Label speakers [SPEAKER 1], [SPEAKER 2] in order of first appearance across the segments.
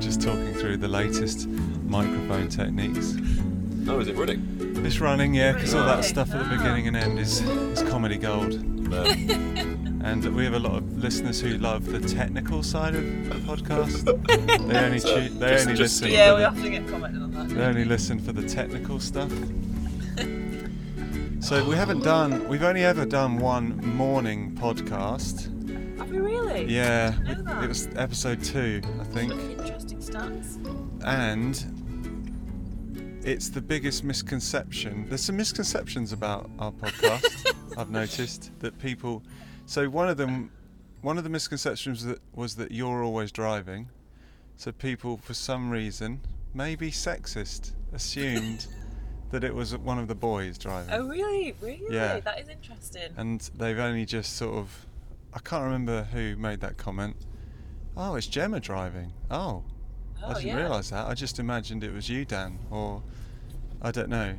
[SPEAKER 1] is talking through the latest microphone techniques.
[SPEAKER 2] Oh, is it running?
[SPEAKER 1] It's running, yeah, because all that
[SPEAKER 2] Really?
[SPEAKER 1] stuff at the
[SPEAKER 3] Ah.
[SPEAKER 1] beginning and end is, is comedy gold.
[SPEAKER 2] No.
[SPEAKER 1] And we have a lot of listeners who love the technical side of the podcast. They only
[SPEAKER 2] So,
[SPEAKER 1] tu- they
[SPEAKER 2] just-
[SPEAKER 1] only
[SPEAKER 2] just-
[SPEAKER 1] listen.
[SPEAKER 3] Yeah,
[SPEAKER 1] for
[SPEAKER 3] we
[SPEAKER 1] the-
[SPEAKER 3] often get commented on that.
[SPEAKER 1] They only listen for the technical stuff. So we haven't done. We've only ever done one morning podcast.
[SPEAKER 3] Have we really?
[SPEAKER 1] Yeah,
[SPEAKER 3] I didn't know
[SPEAKER 1] it
[SPEAKER 3] that.
[SPEAKER 1] was episode two, I think,
[SPEAKER 3] Interesting stats.
[SPEAKER 1] and it's the biggest misconception. There's some misconceptions about our podcast. I've noticed that people. So one of them, one of the misconceptions that was that you're always driving. So people, for some reason, maybe sexist, assumed that it was one of the boys driving.
[SPEAKER 3] Oh, really? Really?
[SPEAKER 1] Yeah.
[SPEAKER 3] That is interesting.
[SPEAKER 1] and they've only just sort of I can't remember who made that comment. Oh, it's Gemma driving. Oh,
[SPEAKER 3] oh,
[SPEAKER 1] I didn't
[SPEAKER 3] yeah.
[SPEAKER 1] realise that. I just imagined it was you, Dan, or I don't know.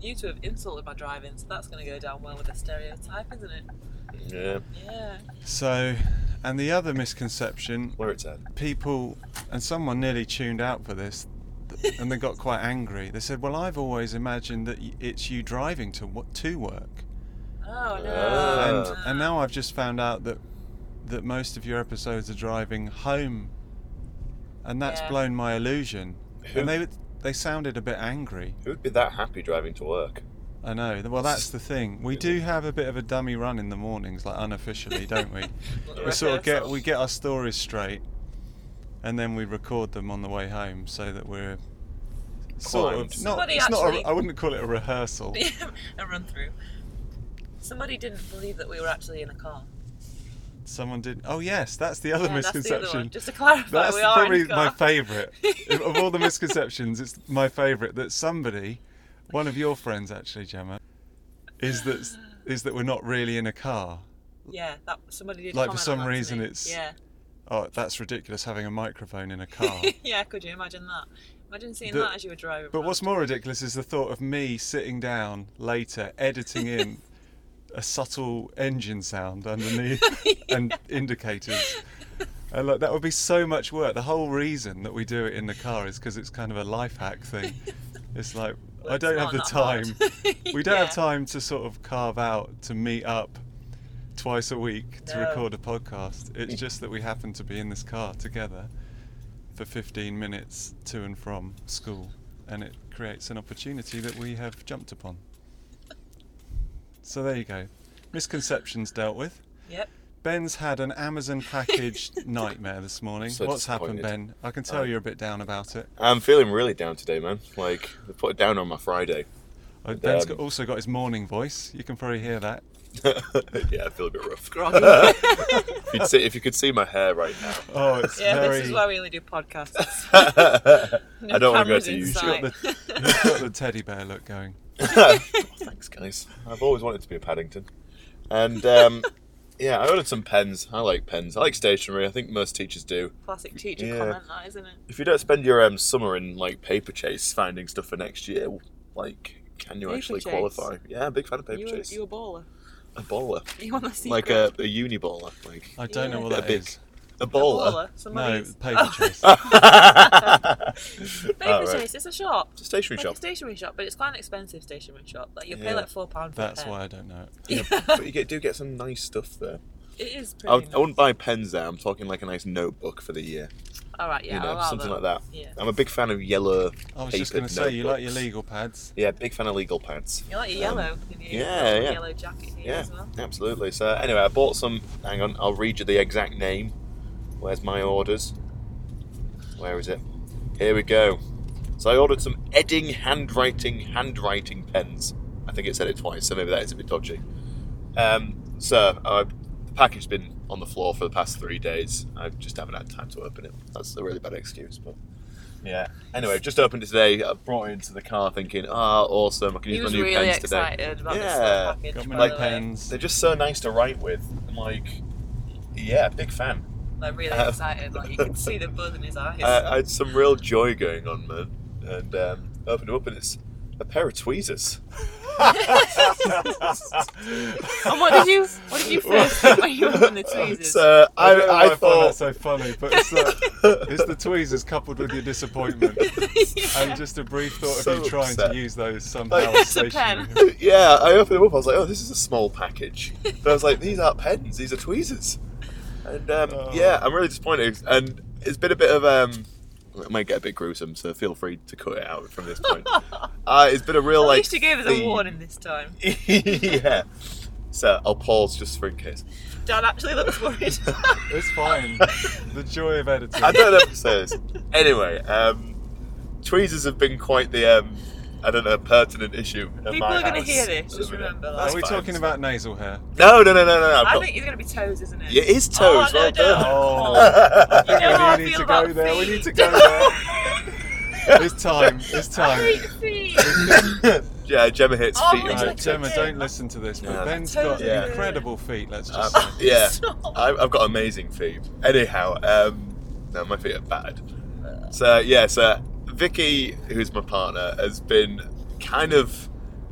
[SPEAKER 3] You two have insulted my driving, so that's going to go down well with the stereotype, isn't it?
[SPEAKER 2] Yeah.
[SPEAKER 3] Yeah.
[SPEAKER 1] So, and the other misconception,
[SPEAKER 2] Where it's at.
[SPEAKER 1] people and someone nearly tuned out for this, th- and they got quite angry. They said, "Well, I've always imagined that y- it's you driving to wo- to work."
[SPEAKER 3] Oh, no.
[SPEAKER 2] Ah.
[SPEAKER 1] Uh, and and now I've just found out that that most of your episodes are driving home, and that's
[SPEAKER 3] Yeah.
[SPEAKER 1] blown my illusion.
[SPEAKER 2] Who-
[SPEAKER 1] And they would- they sounded a bit angry.
[SPEAKER 2] Who would be that happy driving to work?
[SPEAKER 1] I know. Well, that's the thing. We do have a bit of a dummy run in the mornings, like unofficially, don't we? we sort of get we get our stories straight, and then we record them on the way home so that we're sort
[SPEAKER 2] Primed.
[SPEAKER 1] of not.
[SPEAKER 3] Somebody
[SPEAKER 1] It's not. A,
[SPEAKER 3] actually-
[SPEAKER 1] I wouldn't call it a rehearsal.
[SPEAKER 3] a run through. Somebody didn't believe that we were actually in a car.
[SPEAKER 1] Someone did. Oh yes, that's the other
[SPEAKER 3] Yeah, that's the
[SPEAKER 1] misconception.
[SPEAKER 3] other one. Just to clarify,
[SPEAKER 1] That's
[SPEAKER 3] we are
[SPEAKER 1] probably
[SPEAKER 3] in a car.
[SPEAKER 1] my favourite If- of all the misconceptions. It's my favourite that somebody, one of your friends actually, Gemma, is that is that we're not really in a car.
[SPEAKER 3] Yeah, that somebody did.
[SPEAKER 1] Like, for
[SPEAKER 3] comment on
[SPEAKER 1] some
[SPEAKER 3] that to
[SPEAKER 1] reason
[SPEAKER 3] me.
[SPEAKER 1] it's-
[SPEAKER 3] yeah,
[SPEAKER 1] Oh, that's ridiculous having a microphone in a car.
[SPEAKER 3] yeah. Could you imagine that? Imagine seeing
[SPEAKER 1] Oh. The-
[SPEAKER 3] that as you were driving.
[SPEAKER 1] but
[SPEAKER 3] around.
[SPEAKER 1] what's more ridiculous is the thought of me sitting down later editing in a subtle engine sound underneath and indicators. And like that would be so much work. The whole reason that we do it in the car is because it's kind of a life hack thing. It's like
[SPEAKER 3] Well,
[SPEAKER 1] I
[SPEAKER 3] it's
[SPEAKER 1] don't have
[SPEAKER 3] not
[SPEAKER 1] the
[SPEAKER 3] that hard.
[SPEAKER 1] time. we don't have
[SPEAKER 3] Yeah.
[SPEAKER 1] time to sort of carve out to meet up twice a week to
[SPEAKER 3] No.
[SPEAKER 1] record a podcast. It's just that we happen to be in this car together for 15 minutes to and from school, and it creates an opportunity that we have jumped upon. So there you go. Misconceptions dealt with.
[SPEAKER 3] Yep.
[SPEAKER 1] Ben's had an Amazon package nightmare this morning.
[SPEAKER 2] So
[SPEAKER 1] What's happened,
[SPEAKER 2] disappointed.
[SPEAKER 1] Ben? I can tell
[SPEAKER 2] Oh.
[SPEAKER 1] you're a bit down about it.
[SPEAKER 2] I'm feeling really down today, man. Like, they put it down on my Friday.
[SPEAKER 1] Oh, Ben's
[SPEAKER 2] Um,
[SPEAKER 1] got, also got his morning voice. You can probably hear that.
[SPEAKER 2] yeah, I feel a bit rough.
[SPEAKER 3] Groggy.
[SPEAKER 2] If, you'd see, if you could see my hair right now.
[SPEAKER 1] Oh, it's
[SPEAKER 3] yeah,
[SPEAKER 1] very.
[SPEAKER 3] this is why we only do podcasts. No
[SPEAKER 2] I don't want to go
[SPEAKER 3] cameras
[SPEAKER 2] to you.
[SPEAKER 3] inside.
[SPEAKER 1] He's got, the, he's got the teddy bear look going.
[SPEAKER 2] Thanks, guys. I've always wanted to be a Paddington. And um, yeah, I ordered some pens. I like pens. I like stationery. I think most teachers do.
[SPEAKER 3] Classic teacher
[SPEAKER 2] Yeah.
[SPEAKER 3] comment, that isn't it?
[SPEAKER 2] If you don't spend your um, summer in like paper chase finding stuff for next year, like can you
[SPEAKER 3] Paper
[SPEAKER 2] actually
[SPEAKER 3] chase?
[SPEAKER 2] qualify? Yeah, I'm a big fan of paper
[SPEAKER 3] You were,
[SPEAKER 2] chase.
[SPEAKER 3] you were a baller.
[SPEAKER 2] a baller,
[SPEAKER 3] You want the secret?
[SPEAKER 2] like a, a uni baller, like
[SPEAKER 1] I don't know
[SPEAKER 3] Yeah.
[SPEAKER 1] what that
[SPEAKER 2] A big-
[SPEAKER 1] is.
[SPEAKER 2] a
[SPEAKER 3] A
[SPEAKER 2] baller.
[SPEAKER 3] baller.
[SPEAKER 1] No,
[SPEAKER 3] Somebody's...
[SPEAKER 1] paper
[SPEAKER 3] Oh,
[SPEAKER 1] chase.
[SPEAKER 2] Paper
[SPEAKER 3] Paper chase. It's a shop.
[SPEAKER 2] It's a stationery
[SPEAKER 3] Like
[SPEAKER 2] Ah, shop,
[SPEAKER 3] a stationery shop, but it's quite an expensive stationery shop. Like you pay
[SPEAKER 2] Yeah.
[SPEAKER 3] like four pound for a
[SPEAKER 1] That's
[SPEAKER 3] pen.
[SPEAKER 1] why I don't know it.
[SPEAKER 2] but you get, do get some nice stuff there.
[SPEAKER 3] It is
[SPEAKER 2] I,
[SPEAKER 3] pretty.
[SPEAKER 2] would, I wouldn't buy pens there. I'm talking like a nice notebook for the year,
[SPEAKER 3] All right, yeah,
[SPEAKER 2] you know,
[SPEAKER 3] I'll
[SPEAKER 2] something
[SPEAKER 3] have
[SPEAKER 2] like that.
[SPEAKER 3] it. Yeah.
[SPEAKER 2] I'm a big fan of yellow.
[SPEAKER 1] I was just
[SPEAKER 2] paper
[SPEAKER 1] going to say, you like your
[SPEAKER 2] notebooks.
[SPEAKER 1] legal pads.
[SPEAKER 2] Yeah, big fan of legal pads.
[SPEAKER 3] You like your
[SPEAKER 2] Um,
[SPEAKER 3] yellow? didn't you?
[SPEAKER 2] yeah,
[SPEAKER 3] Got a
[SPEAKER 2] yeah.
[SPEAKER 3] Yellow jacket here
[SPEAKER 2] Yeah,
[SPEAKER 3] as well.
[SPEAKER 2] absolutely. So anyway, I bought some. Hang on, I'll read you the exact name. Where's my orders? Where is it? Here we go. So I ordered some Edding handwriting handwriting pens. I think it said it twice, so maybe that is a bit dodgy. Um, so uh, the package's been on the floor for the past three days. I just haven't had time to open it. That's a really bad excuse, but. Yeah. Anyway, I've just opened it today. I brought it into the car thinking, ah, awesome. I can
[SPEAKER 3] He
[SPEAKER 2] use
[SPEAKER 3] was
[SPEAKER 2] my new
[SPEAKER 3] really
[SPEAKER 2] pens today.
[SPEAKER 3] excited about this
[SPEAKER 2] Yeah.
[SPEAKER 3] little package.
[SPEAKER 1] Got
[SPEAKER 3] by
[SPEAKER 1] my
[SPEAKER 3] the
[SPEAKER 1] new
[SPEAKER 3] way.
[SPEAKER 1] pens.
[SPEAKER 2] They're just so nice to write with. I'm like, yeah, big fan.
[SPEAKER 3] Like really
[SPEAKER 2] Um,
[SPEAKER 3] excited. Like you can see
[SPEAKER 2] Uh,
[SPEAKER 3] the buzz in his eyes.
[SPEAKER 2] I, I had some real joy going on, man. And um, opened it up, and it's a pair of tweezers.
[SPEAKER 3] And what did you? What did you first think when you opened the tweezers?
[SPEAKER 2] So
[SPEAKER 1] I,
[SPEAKER 2] uh, I,
[SPEAKER 1] don't know
[SPEAKER 2] I,
[SPEAKER 1] why I find that
[SPEAKER 2] thought
[SPEAKER 1] so funny, but it's the, it's the tweezers coupled with your disappointment and just a brief thought
[SPEAKER 2] So
[SPEAKER 1] of you trying
[SPEAKER 2] upset.
[SPEAKER 1] to use those somehow.
[SPEAKER 2] Like-
[SPEAKER 1] as
[SPEAKER 3] It's a pen.
[SPEAKER 1] stationery.
[SPEAKER 2] yeah, I opened them up. I was like, oh, this is a small package. But I was like, these aren't pens, these are tweezers. And um,
[SPEAKER 1] Oh.
[SPEAKER 2] yeah, I'm really disappointed. And it's been a bit of. Um, it might get a bit gruesome, so feel free to cut it out from this point. uh, it's been a real
[SPEAKER 3] At
[SPEAKER 2] like.
[SPEAKER 3] least you gave us a
[SPEAKER 2] theme.
[SPEAKER 3] warning this time.
[SPEAKER 2] yeah. So I'll pause just for in case.
[SPEAKER 3] Dan actually looks worried.
[SPEAKER 1] It's fine. The joy of editing.
[SPEAKER 2] I don't know if it says. Anyway, um, tweezers have been quite the, um, I don't know, pertinent issue. at
[SPEAKER 3] People
[SPEAKER 2] my
[SPEAKER 3] are gonna
[SPEAKER 2] house
[SPEAKER 3] hear this,
[SPEAKER 2] at the
[SPEAKER 3] just
[SPEAKER 2] minute.
[SPEAKER 3] remember that.
[SPEAKER 1] Are
[SPEAKER 2] That's
[SPEAKER 1] we
[SPEAKER 2] fine.
[SPEAKER 1] talking about nasal hair?
[SPEAKER 2] No, no, no, no, no.
[SPEAKER 3] I
[SPEAKER 2] I've
[SPEAKER 3] think he's gonna be toes, isn't it?
[SPEAKER 2] It is toes.
[SPEAKER 3] Oh, no,
[SPEAKER 2] well
[SPEAKER 3] no.
[SPEAKER 2] done.
[SPEAKER 1] Oh, I think
[SPEAKER 3] You know how I
[SPEAKER 1] we need
[SPEAKER 3] feel
[SPEAKER 1] to go
[SPEAKER 3] about
[SPEAKER 1] there. We
[SPEAKER 3] feet.
[SPEAKER 1] need to go there. It's time. It's time.
[SPEAKER 2] yeah, Gemma hits
[SPEAKER 3] Oh,
[SPEAKER 2] feet.
[SPEAKER 3] my
[SPEAKER 2] in
[SPEAKER 3] It's
[SPEAKER 1] Right,
[SPEAKER 3] like
[SPEAKER 2] it.
[SPEAKER 1] Gemma,
[SPEAKER 3] a-
[SPEAKER 1] don't listen to this, but
[SPEAKER 2] Yeah.
[SPEAKER 1] Ben's got
[SPEAKER 2] Yeah.
[SPEAKER 1] incredible feet, let's just
[SPEAKER 2] Uh,
[SPEAKER 1] say.
[SPEAKER 2] yeah,
[SPEAKER 3] Stop. Oh,
[SPEAKER 2] I, I've got amazing feet. Anyhow, um, no, my feet are battered.
[SPEAKER 3] Uh.
[SPEAKER 2] So yeah, so Vicky, who's my partner, has been kind of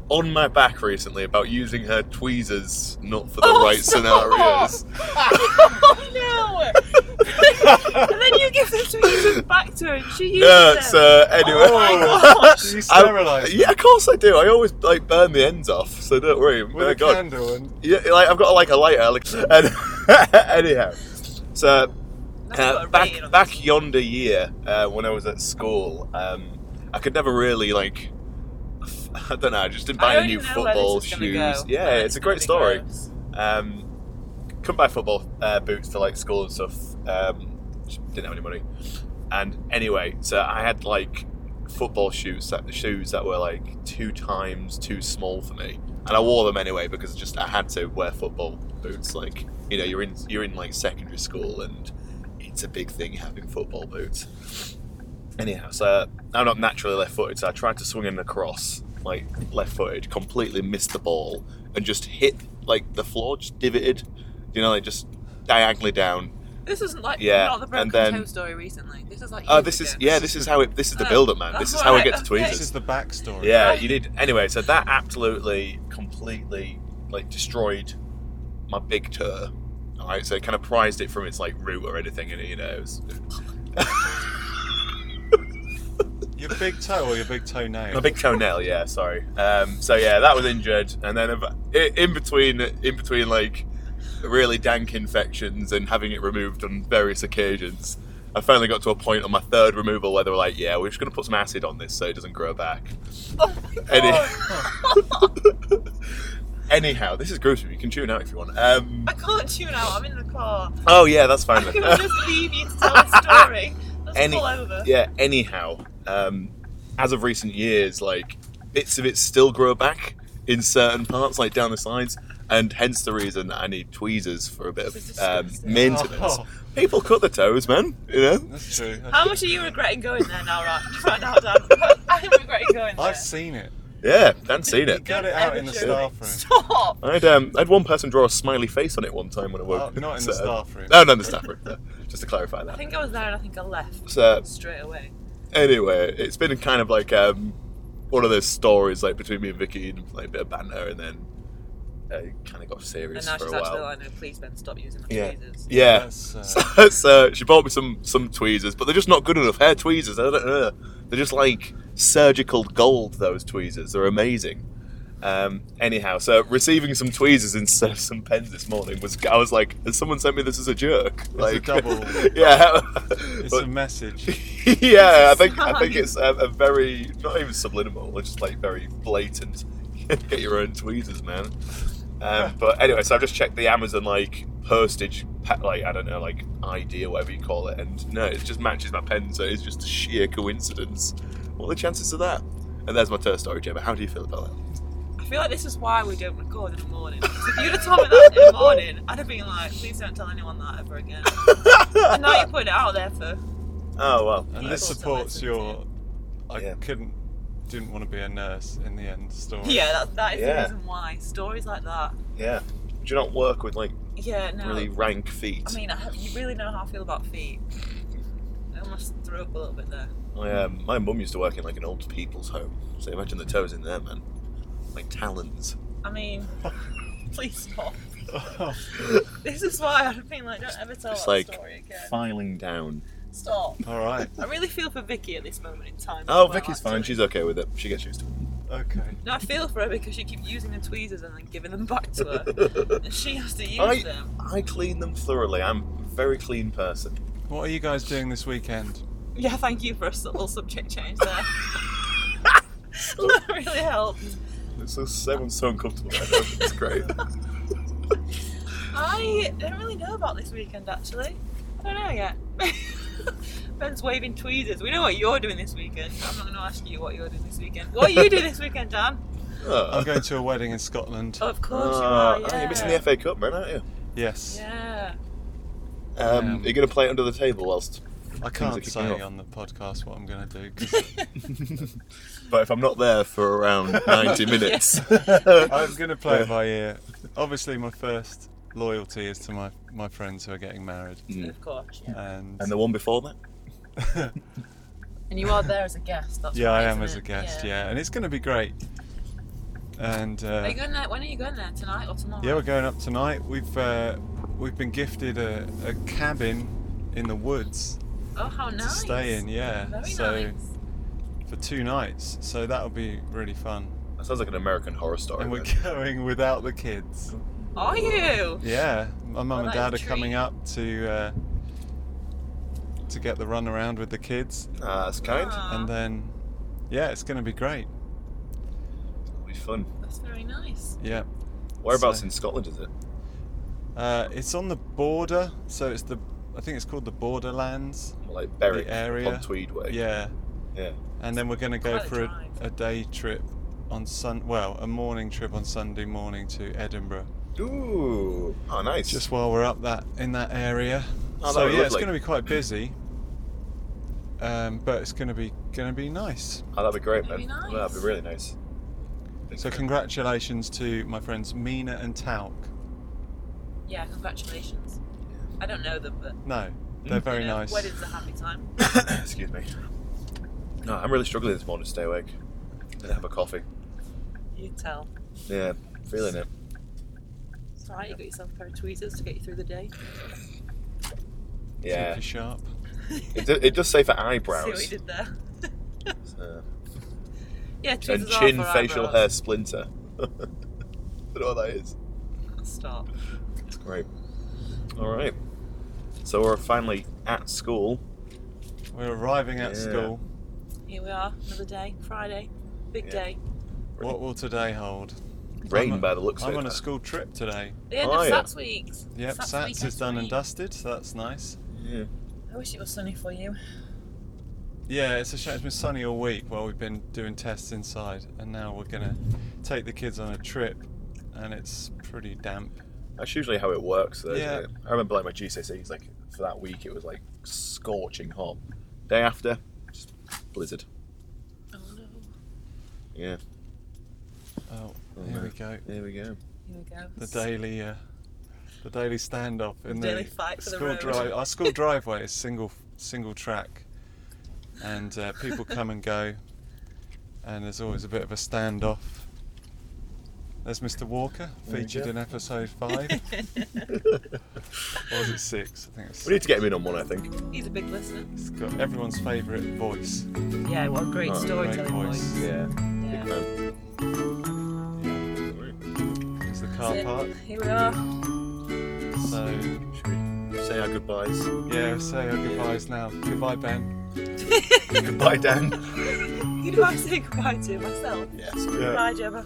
[SPEAKER 2] on my back recently about using her tweezers not for the
[SPEAKER 3] Oh,
[SPEAKER 2] right
[SPEAKER 3] stop.
[SPEAKER 2] scenarios.
[SPEAKER 3] oh no! and then you give the tweezers back to her, and she uses
[SPEAKER 2] No,
[SPEAKER 3] them.
[SPEAKER 2] so anyway.
[SPEAKER 3] Oh my gosh.
[SPEAKER 1] You
[SPEAKER 2] I-
[SPEAKER 1] sterilise
[SPEAKER 2] yeah, of course I do. I always like burn the ends off, so don't worry. Oh
[SPEAKER 1] with
[SPEAKER 2] My
[SPEAKER 1] a
[SPEAKER 2] God.
[SPEAKER 1] candle and
[SPEAKER 2] Yeah, like I've got like a lighter. Like, and anyhow, so
[SPEAKER 3] That's got
[SPEAKER 2] uh,
[SPEAKER 3] a rating
[SPEAKER 2] back
[SPEAKER 3] on
[SPEAKER 2] back yonder year uh, when I was at school, um, I could never really like. f- I don't know. I just didn't buy
[SPEAKER 3] I
[SPEAKER 2] a
[SPEAKER 3] already
[SPEAKER 2] new
[SPEAKER 3] know where
[SPEAKER 2] football
[SPEAKER 3] this is
[SPEAKER 2] shoes.
[SPEAKER 3] gonna go.
[SPEAKER 2] Yeah,
[SPEAKER 3] And
[SPEAKER 2] it's a great story.
[SPEAKER 3] gonna be gross.
[SPEAKER 2] Um, couldn't buy football uh, boots to like school and stuff. Um, just didn't have any money. And anyway, so I had like football shoes, that, shoes that were like two times too small for me, and I wore them anyway because just I had to wear football boots. Like you know, you're in you're in like secondary school, and it's a big thing having football boots. Anyhow, so I'm not naturally left-footed, so I tried to swing in across like left-footed, completely missed the ball, and just hit like the floor, just divoted, you know, like just diagonally down.
[SPEAKER 3] This isn't like
[SPEAKER 2] Yeah,
[SPEAKER 3] not the
[SPEAKER 2] and
[SPEAKER 3] broken
[SPEAKER 2] then-
[SPEAKER 3] toe story recently. This is like.
[SPEAKER 2] Oh,
[SPEAKER 3] years
[SPEAKER 2] this is
[SPEAKER 3] ago.
[SPEAKER 2] yeah, this is how it. This is the
[SPEAKER 3] Oh,
[SPEAKER 2] build-up, man. This is how we get to
[SPEAKER 3] alright, okay.
[SPEAKER 1] this
[SPEAKER 2] tweezers.
[SPEAKER 1] is the backstory.
[SPEAKER 2] Yeah, you did. Anyway, so that absolutely, completely, like destroyed my big tour. All right, so it kind of prized it from its like root or anything, and it, you know, it was,
[SPEAKER 1] Your big toe or your big toenail?
[SPEAKER 2] My big toenail, yeah. Sorry. Um, so yeah, that was injured, and then av- i- in between, in between like really dank infections and having it removed on various occasions, I finally got to a point on my third removal where they were like, "Yeah, we're just going to put some acid on this so it doesn't grow back."
[SPEAKER 3] Oh my god.
[SPEAKER 2] Any- Anyhow, this is gruesome. You can tune out if you want. Um,
[SPEAKER 3] I can't tune out. I'm in the car.
[SPEAKER 2] oh yeah, that's fine.
[SPEAKER 3] I
[SPEAKER 2] then.
[SPEAKER 3] can just leave you to tell the story. Let's
[SPEAKER 2] Any-
[SPEAKER 3] pull over.
[SPEAKER 2] yeah anyhow um, as of recent years like bits of it still grow back in certain parts like down the sides and hence the reason i need tweezers for a bit
[SPEAKER 3] This
[SPEAKER 2] of
[SPEAKER 3] is
[SPEAKER 2] um,
[SPEAKER 3] disgusting.
[SPEAKER 2] maintenance
[SPEAKER 1] Oh,
[SPEAKER 2] people cut the toes man you know
[SPEAKER 1] that's true.
[SPEAKER 3] How much are you regretting going there now, right? Right now, Dan. I'm regretting going there.
[SPEAKER 1] I've seen it.
[SPEAKER 2] yeah dan's seen
[SPEAKER 1] You
[SPEAKER 2] it
[SPEAKER 1] got it out in the staff
[SPEAKER 3] Ever
[SPEAKER 1] room.
[SPEAKER 3] Stop.
[SPEAKER 2] I'd, um, I had one person draw a smiley face on it one time when I
[SPEAKER 1] Oh,
[SPEAKER 2] woke
[SPEAKER 1] not in the staff room.
[SPEAKER 2] no not in the staff room no. just to clarify
[SPEAKER 3] I
[SPEAKER 2] that
[SPEAKER 3] think I was there and I think I left
[SPEAKER 2] so
[SPEAKER 3] straight away.
[SPEAKER 2] anyway, it's been kind of like um, one of those stories like between me and Vicky and like a bit of banter, and then uh, it kind of got serious
[SPEAKER 3] And now
[SPEAKER 2] for
[SPEAKER 3] she's
[SPEAKER 2] a
[SPEAKER 3] actually
[SPEAKER 2] while.
[SPEAKER 3] like, no, please, Ben, stop using the
[SPEAKER 2] Yeah.
[SPEAKER 3] tweezers.
[SPEAKER 2] yeah.
[SPEAKER 1] That's, uh,
[SPEAKER 2] So, so she bought me some some tweezers, but they're just not good enough. Hair tweezers, I don't know. They're just like surgical gold. Those tweezers, they're amazing. Um, anyhow, so receiving some tweezers instead of some pens this morning was I was like, has someone sent me this as a jerk? like
[SPEAKER 1] double-
[SPEAKER 2] yeah.
[SPEAKER 1] it's
[SPEAKER 2] But-
[SPEAKER 1] a message.
[SPEAKER 2] yeah, I
[SPEAKER 3] It's a
[SPEAKER 2] think I think
[SPEAKER 3] sign.
[SPEAKER 2] it's a, a very not even subliminal, it's just like very blatant. Get your own tweezers, man. Um, but anyway, so I've just checked the Amazon like postage, pa- like I don't know, like ID or whatever you call it, and no, it just matches my pen, so it's just a sheer coincidence. What are the chances of that? And there's my first story, Gemma. How do you feel about that?
[SPEAKER 3] I feel like this is why we don't record in the morning. 'Cause if you'd have told me that in the morning, I'd have been like, please don't tell anyone that ever again. and now you're putting it out there for.
[SPEAKER 2] Oh well,
[SPEAKER 1] And
[SPEAKER 3] Yeah.
[SPEAKER 1] this
[SPEAKER 2] this,
[SPEAKER 3] Also
[SPEAKER 1] supports
[SPEAKER 3] listen
[SPEAKER 1] your. I
[SPEAKER 2] Yeah.
[SPEAKER 1] couldn't. Didn't want to be a nurse in the end story.
[SPEAKER 3] Yeah, that, that is
[SPEAKER 2] Yeah.
[SPEAKER 3] the reason why. Stories like that.
[SPEAKER 2] yeah. Do you not work with like
[SPEAKER 3] Yeah, no.
[SPEAKER 2] really rank feet?
[SPEAKER 3] I mean, I, you really know how I feel about feet. Oh my almost threw up a little bit there.
[SPEAKER 2] My, um, my mum used to work in like an old people's home, so imagine the toes in there, man. Like talons.
[SPEAKER 3] I mean, please stop. This is why I've been like, don't ever tell
[SPEAKER 2] It's
[SPEAKER 3] that
[SPEAKER 2] like-
[SPEAKER 3] story again.
[SPEAKER 2] Filing down.
[SPEAKER 3] Stop.
[SPEAKER 1] All right.
[SPEAKER 3] I really feel for Vicky at this moment in time. as
[SPEAKER 2] Oh,
[SPEAKER 3] well,
[SPEAKER 2] Vicky's fine.
[SPEAKER 3] actually.
[SPEAKER 2] She's okay with it. She gets used to
[SPEAKER 1] Okay.
[SPEAKER 3] No, I feel for her because she keeps using the tweezers and then giving them back to her.
[SPEAKER 2] it.
[SPEAKER 3] and she has to use
[SPEAKER 2] I-
[SPEAKER 3] them.
[SPEAKER 2] I clean them thoroughly. I'm a very clean person.
[SPEAKER 1] What are you guys doing this weekend?
[SPEAKER 3] Yeah, thank you for a subtle subject change there. that really helped.
[SPEAKER 2] It's so, everyone's so uncomfortable. Right now. It's great.
[SPEAKER 3] I don't really know about this weekend actually. I don't know yet. Ben's waving tweezers. We know what you're doing this weekend. I'm not going to ask you what you're doing this weekend. What are you doing this weekend, Dan?
[SPEAKER 1] I'm
[SPEAKER 2] Oh.
[SPEAKER 1] going Ah. to a wedding in Scotland.
[SPEAKER 3] Oh, of
[SPEAKER 1] Uh,
[SPEAKER 3] course
[SPEAKER 2] Oh,
[SPEAKER 3] you
[SPEAKER 2] oh,
[SPEAKER 3] are. Yeah.
[SPEAKER 2] you're missing the FA Cup, man, aren't you?
[SPEAKER 1] Yes.
[SPEAKER 3] yeah.
[SPEAKER 2] Um,
[SPEAKER 1] Yeah.
[SPEAKER 2] You're going to play it under the table whilst.
[SPEAKER 1] I
[SPEAKER 2] are
[SPEAKER 1] can't
[SPEAKER 2] kicking
[SPEAKER 1] say
[SPEAKER 2] off.
[SPEAKER 1] on the podcast what I'm going to do. 'cause
[SPEAKER 2] But if I'm not there for around 90 minutes. Uh,
[SPEAKER 1] I'm going to play it by ear. Obviously, my first loyalty is to my, my friends who are getting married.
[SPEAKER 2] Mm.
[SPEAKER 3] Of course. Yeah.
[SPEAKER 1] And,
[SPEAKER 2] And the one before that?
[SPEAKER 3] And you are there as a guest. That's
[SPEAKER 1] yeah,
[SPEAKER 3] right,
[SPEAKER 1] I am
[SPEAKER 3] isn't
[SPEAKER 1] as a
[SPEAKER 3] it?
[SPEAKER 1] guest, yeah. And it's going to be great. And uh,
[SPEAKER 3] Are you going there? When are you going there? Tonight or tomorrow?
[SPEAKER 1] Yeah, we're going up tonight. We've uh, we've been gifted a, a cabin in the woods
[SPEAKER 3] Oh, how nice.
[SPEAKER 1] to stay in. Yeah,
[SPEAKER 3] Very
[SPEAKER 1] so
[SPEAKER 3] nice.
[SPEAKER 1] for two nights. So that'll be really fun.
[SPEAKER 2] That sounds like an American horror story.
[SPEAKER 1] and we're
[SPEAKER 2] man.
[SPEAKER 1] going without the kids.
[SPEAKER 3] Are you?
[SPEAKER 1] Yeah, my mum and
[SPEAKER 3] that is a
[SPEAKER 1] dad are
[SPEAKER 3] treat.
[SPEAKER 1] coming up to uh, to get the run around with the kids,
[SPEAKER 2] Ah, that's kind.
[SPEAKER 3] Ah,
[SPEAKER 1] and then yeah, it's going to be great.
[SPEAKER 2] It'll be fun.
[SPEAKER 3] that's very nice.
[SPEAKER 1] Yeah,
[SPEAKER 2] Whereabouts
[SPEAKER 1] So-
[SPEAKER 2] in Scotland is it?
[SPEAKER 1] uh, it's on the border, so it's the I think it's called the Borderlands.
[SPEAKER 2] Like Berwick,
[SPEAKER 1] The area.
[SPEAKER 2] Tweed Way.
[SPEAKER 1] Yeah.
[SPEAKER 2] Yeah.
[SPEAKER 1] And then we're going to go
[SPEAKER 3] Quite a
[SPEAKER 1] for a,
[SPEAKER 3] drive.
[SPEAKER 1] a day trip on Sun. Well, a morning trip on Sunday morning to Edinburgh.
[SPEAKER 2] Ooh. Oh, nice.
[SPEAKER 1] Just while we're up that in that area.
[SPEAKER 2] Oh,
[SPEAKER 1] so
[SPEAKER 2] that'd be
[SPEAKER 1] yeah, it's
[SPEAKER 2] lovely.
[SPEAKER 1] going to be quite busy. Um, but it's going to be going to be nice.
[SPEAKER 2] Oh, that'd be great,
[SPEAKER 3] That'd
[SPEAKER 2] man.
[SPEAKER 3] be nice.
[SPEAKER 2] That'd be really nice.
[SPEAKER 1] So congratulations to my friends Mina and Tauk.
[SPEAKER 3] Yeah, congratulations. I don't know them, but
[SPEAKER 1] No, they're
[SPEAKER 2] Mm.
[SPEAKER 1] very
[SPEAKER 3] you know,
[SPEAKER 1] nice.
[SPEAKER 3] Wedding's a happy time.
[SPEAKER 2] Excuse me. No, I'm really struggling this morning to stay awake. Didn't have a coffee.
[SPEAKER 3] You can tell.
[SPEAKER 2] Yeah, feeling it.
[SPEAKER 3] It's alright, you got yourself a pair of tweezers to get you through the day.
[SPEAKER 1] Keep
[SPEAKER 2] Yeah.
[SPEAKER 1] you sharp.
[SPEAKER 2] It, do, it does say for
[SPEAKER 3] See what you
[SPEAKER 2] eyebrows.
[SPEAKER 3] did there.
[SPEAKER 2] Uh,
[SPEAKER 3] Yeah,
[SPEAKER 2] and
[SPEAKER 3] tweezers are
[SPEAKER 2] chin
[SPEAKER 3] for
[SPEAKER 2] facial hair
[SPEAKER 3] eyebrows.
[SPEAKER 2] splinter. don't know what that is.
[SPEAKER 3] Stop.
[SPEAKER 2] It's great. All right. So we're finally at school.
[SPEAKER 1] We're arriving at
[SPEAKER 2] Yeah.
[SPEAKER 1] school.
[SPEAKER 3] Here we are, another day, Friday. Big
[SPEAKER 2] Yeah.
[SPEAKER 3] day.
[SPEAKER 1] What will today hold?
[SPEAKER 2] Rain
[SPEAKER 1] I'm a-
[SPEAKER 2] by the looks of
[SPEAKER 1] I'm
[SPEAKER 2] it.
[SPEAKER 1] on a school trip today.
[SPEAKER 3] The end
[SPEAKER 2] Oh,
[SPEAKER 3] of
[SPEAKER 2] yeah.
[SPEAKER 3] Sats weeks.
[SPEAKER 1] Yep,
[SPEAKER 3] Sats
[SPEAKER 1] Sats
[SPEAKER 3] week
[SPEAKER 1] is
[SPEAKER 3] next
[SPEAKER 1] done and
[SPEAKER 3] week.
[SPEAKER 1] dusted, so that's nice.
[SPEAKER 2] Yeah.
[SPEAKER 3] I wish it was sunny for you.
[SPEAKER 1] Yeah, it's a shame. It's been sunny all week while we've been doing tests inside, and now we're gonna take the kids on a trip, and it's pretty damp.
[SPEAKER 2] That's usually how it works, though.
[SPEAKER 1] Yeah.
[SPEAKER 2] Isn't E, it? I remember like my GCSEs, like for that week, it was like scorching hot. Day after, just blizzard.
[SPEAKER 3] Oh no.
[SPEAKER 2] Yeah.
[SPEAKER 1] Oh,
[SPEAKER 2] Oh,
[SPEAKER 1] here
[SPEAKER 2] no.
[SPEAKER 1] we go.
[SPEAKER 2] There we go.
[SPEAKER 3] Here we go.
[SPEAKER 1] The daily, uh, the daily standoff in the
[SPEAKER 3] Daily fight for the
[SPEAKER 1] school
[SPEAKER 3] road.
[SPEAKER 1] drive. Our school driveway is single single track, and uh, people come and go, and there's always a bit of a standoff. There's Mr. Walker,
[SPEAKER 2] There we
[SPEAKER 1] featured
[SPEAKER 2] go.
[SPEAKER 1] in episode five, or is it six? I think it's
[SPEAKER 2] We need to get him in on one, I think.
[SPEAKER 3] He's a big listener.
[SPEAKER 1] It's got everyone's favourite voice.
[SPEAKER 3] Yeah, what a great
[SPEAKER 2] Oh,
[SPEAKER 3] storytelling
[SPEAKER 1] great
[SPEAKER 3] voice.
[SPEAKER 1] voice.
[SPEAKER 2] Yeah.
[SPEAKER 3] Yeah.
[SPEAKER 2] Big man.
[SPEAKER 1] Yeah, it's the car
[SPEAKER 3] That's it.
[SPEAKER 1] park.
[SPEAKER 3] Here we are.
[SPEAKER 1] So
[SPEAKER 2] Should we say our goodbyes?
[SPEAKER 1] yeah, say our goodbyes now. Goodbye, Ben.
[SPEAKER 2] Goodbye, Dan.
[SPEAKER 3] You know I say goodbye to myself.
[SPEAKER 2] Yes.
[SPEAKER 3] Goodbye, Gemma.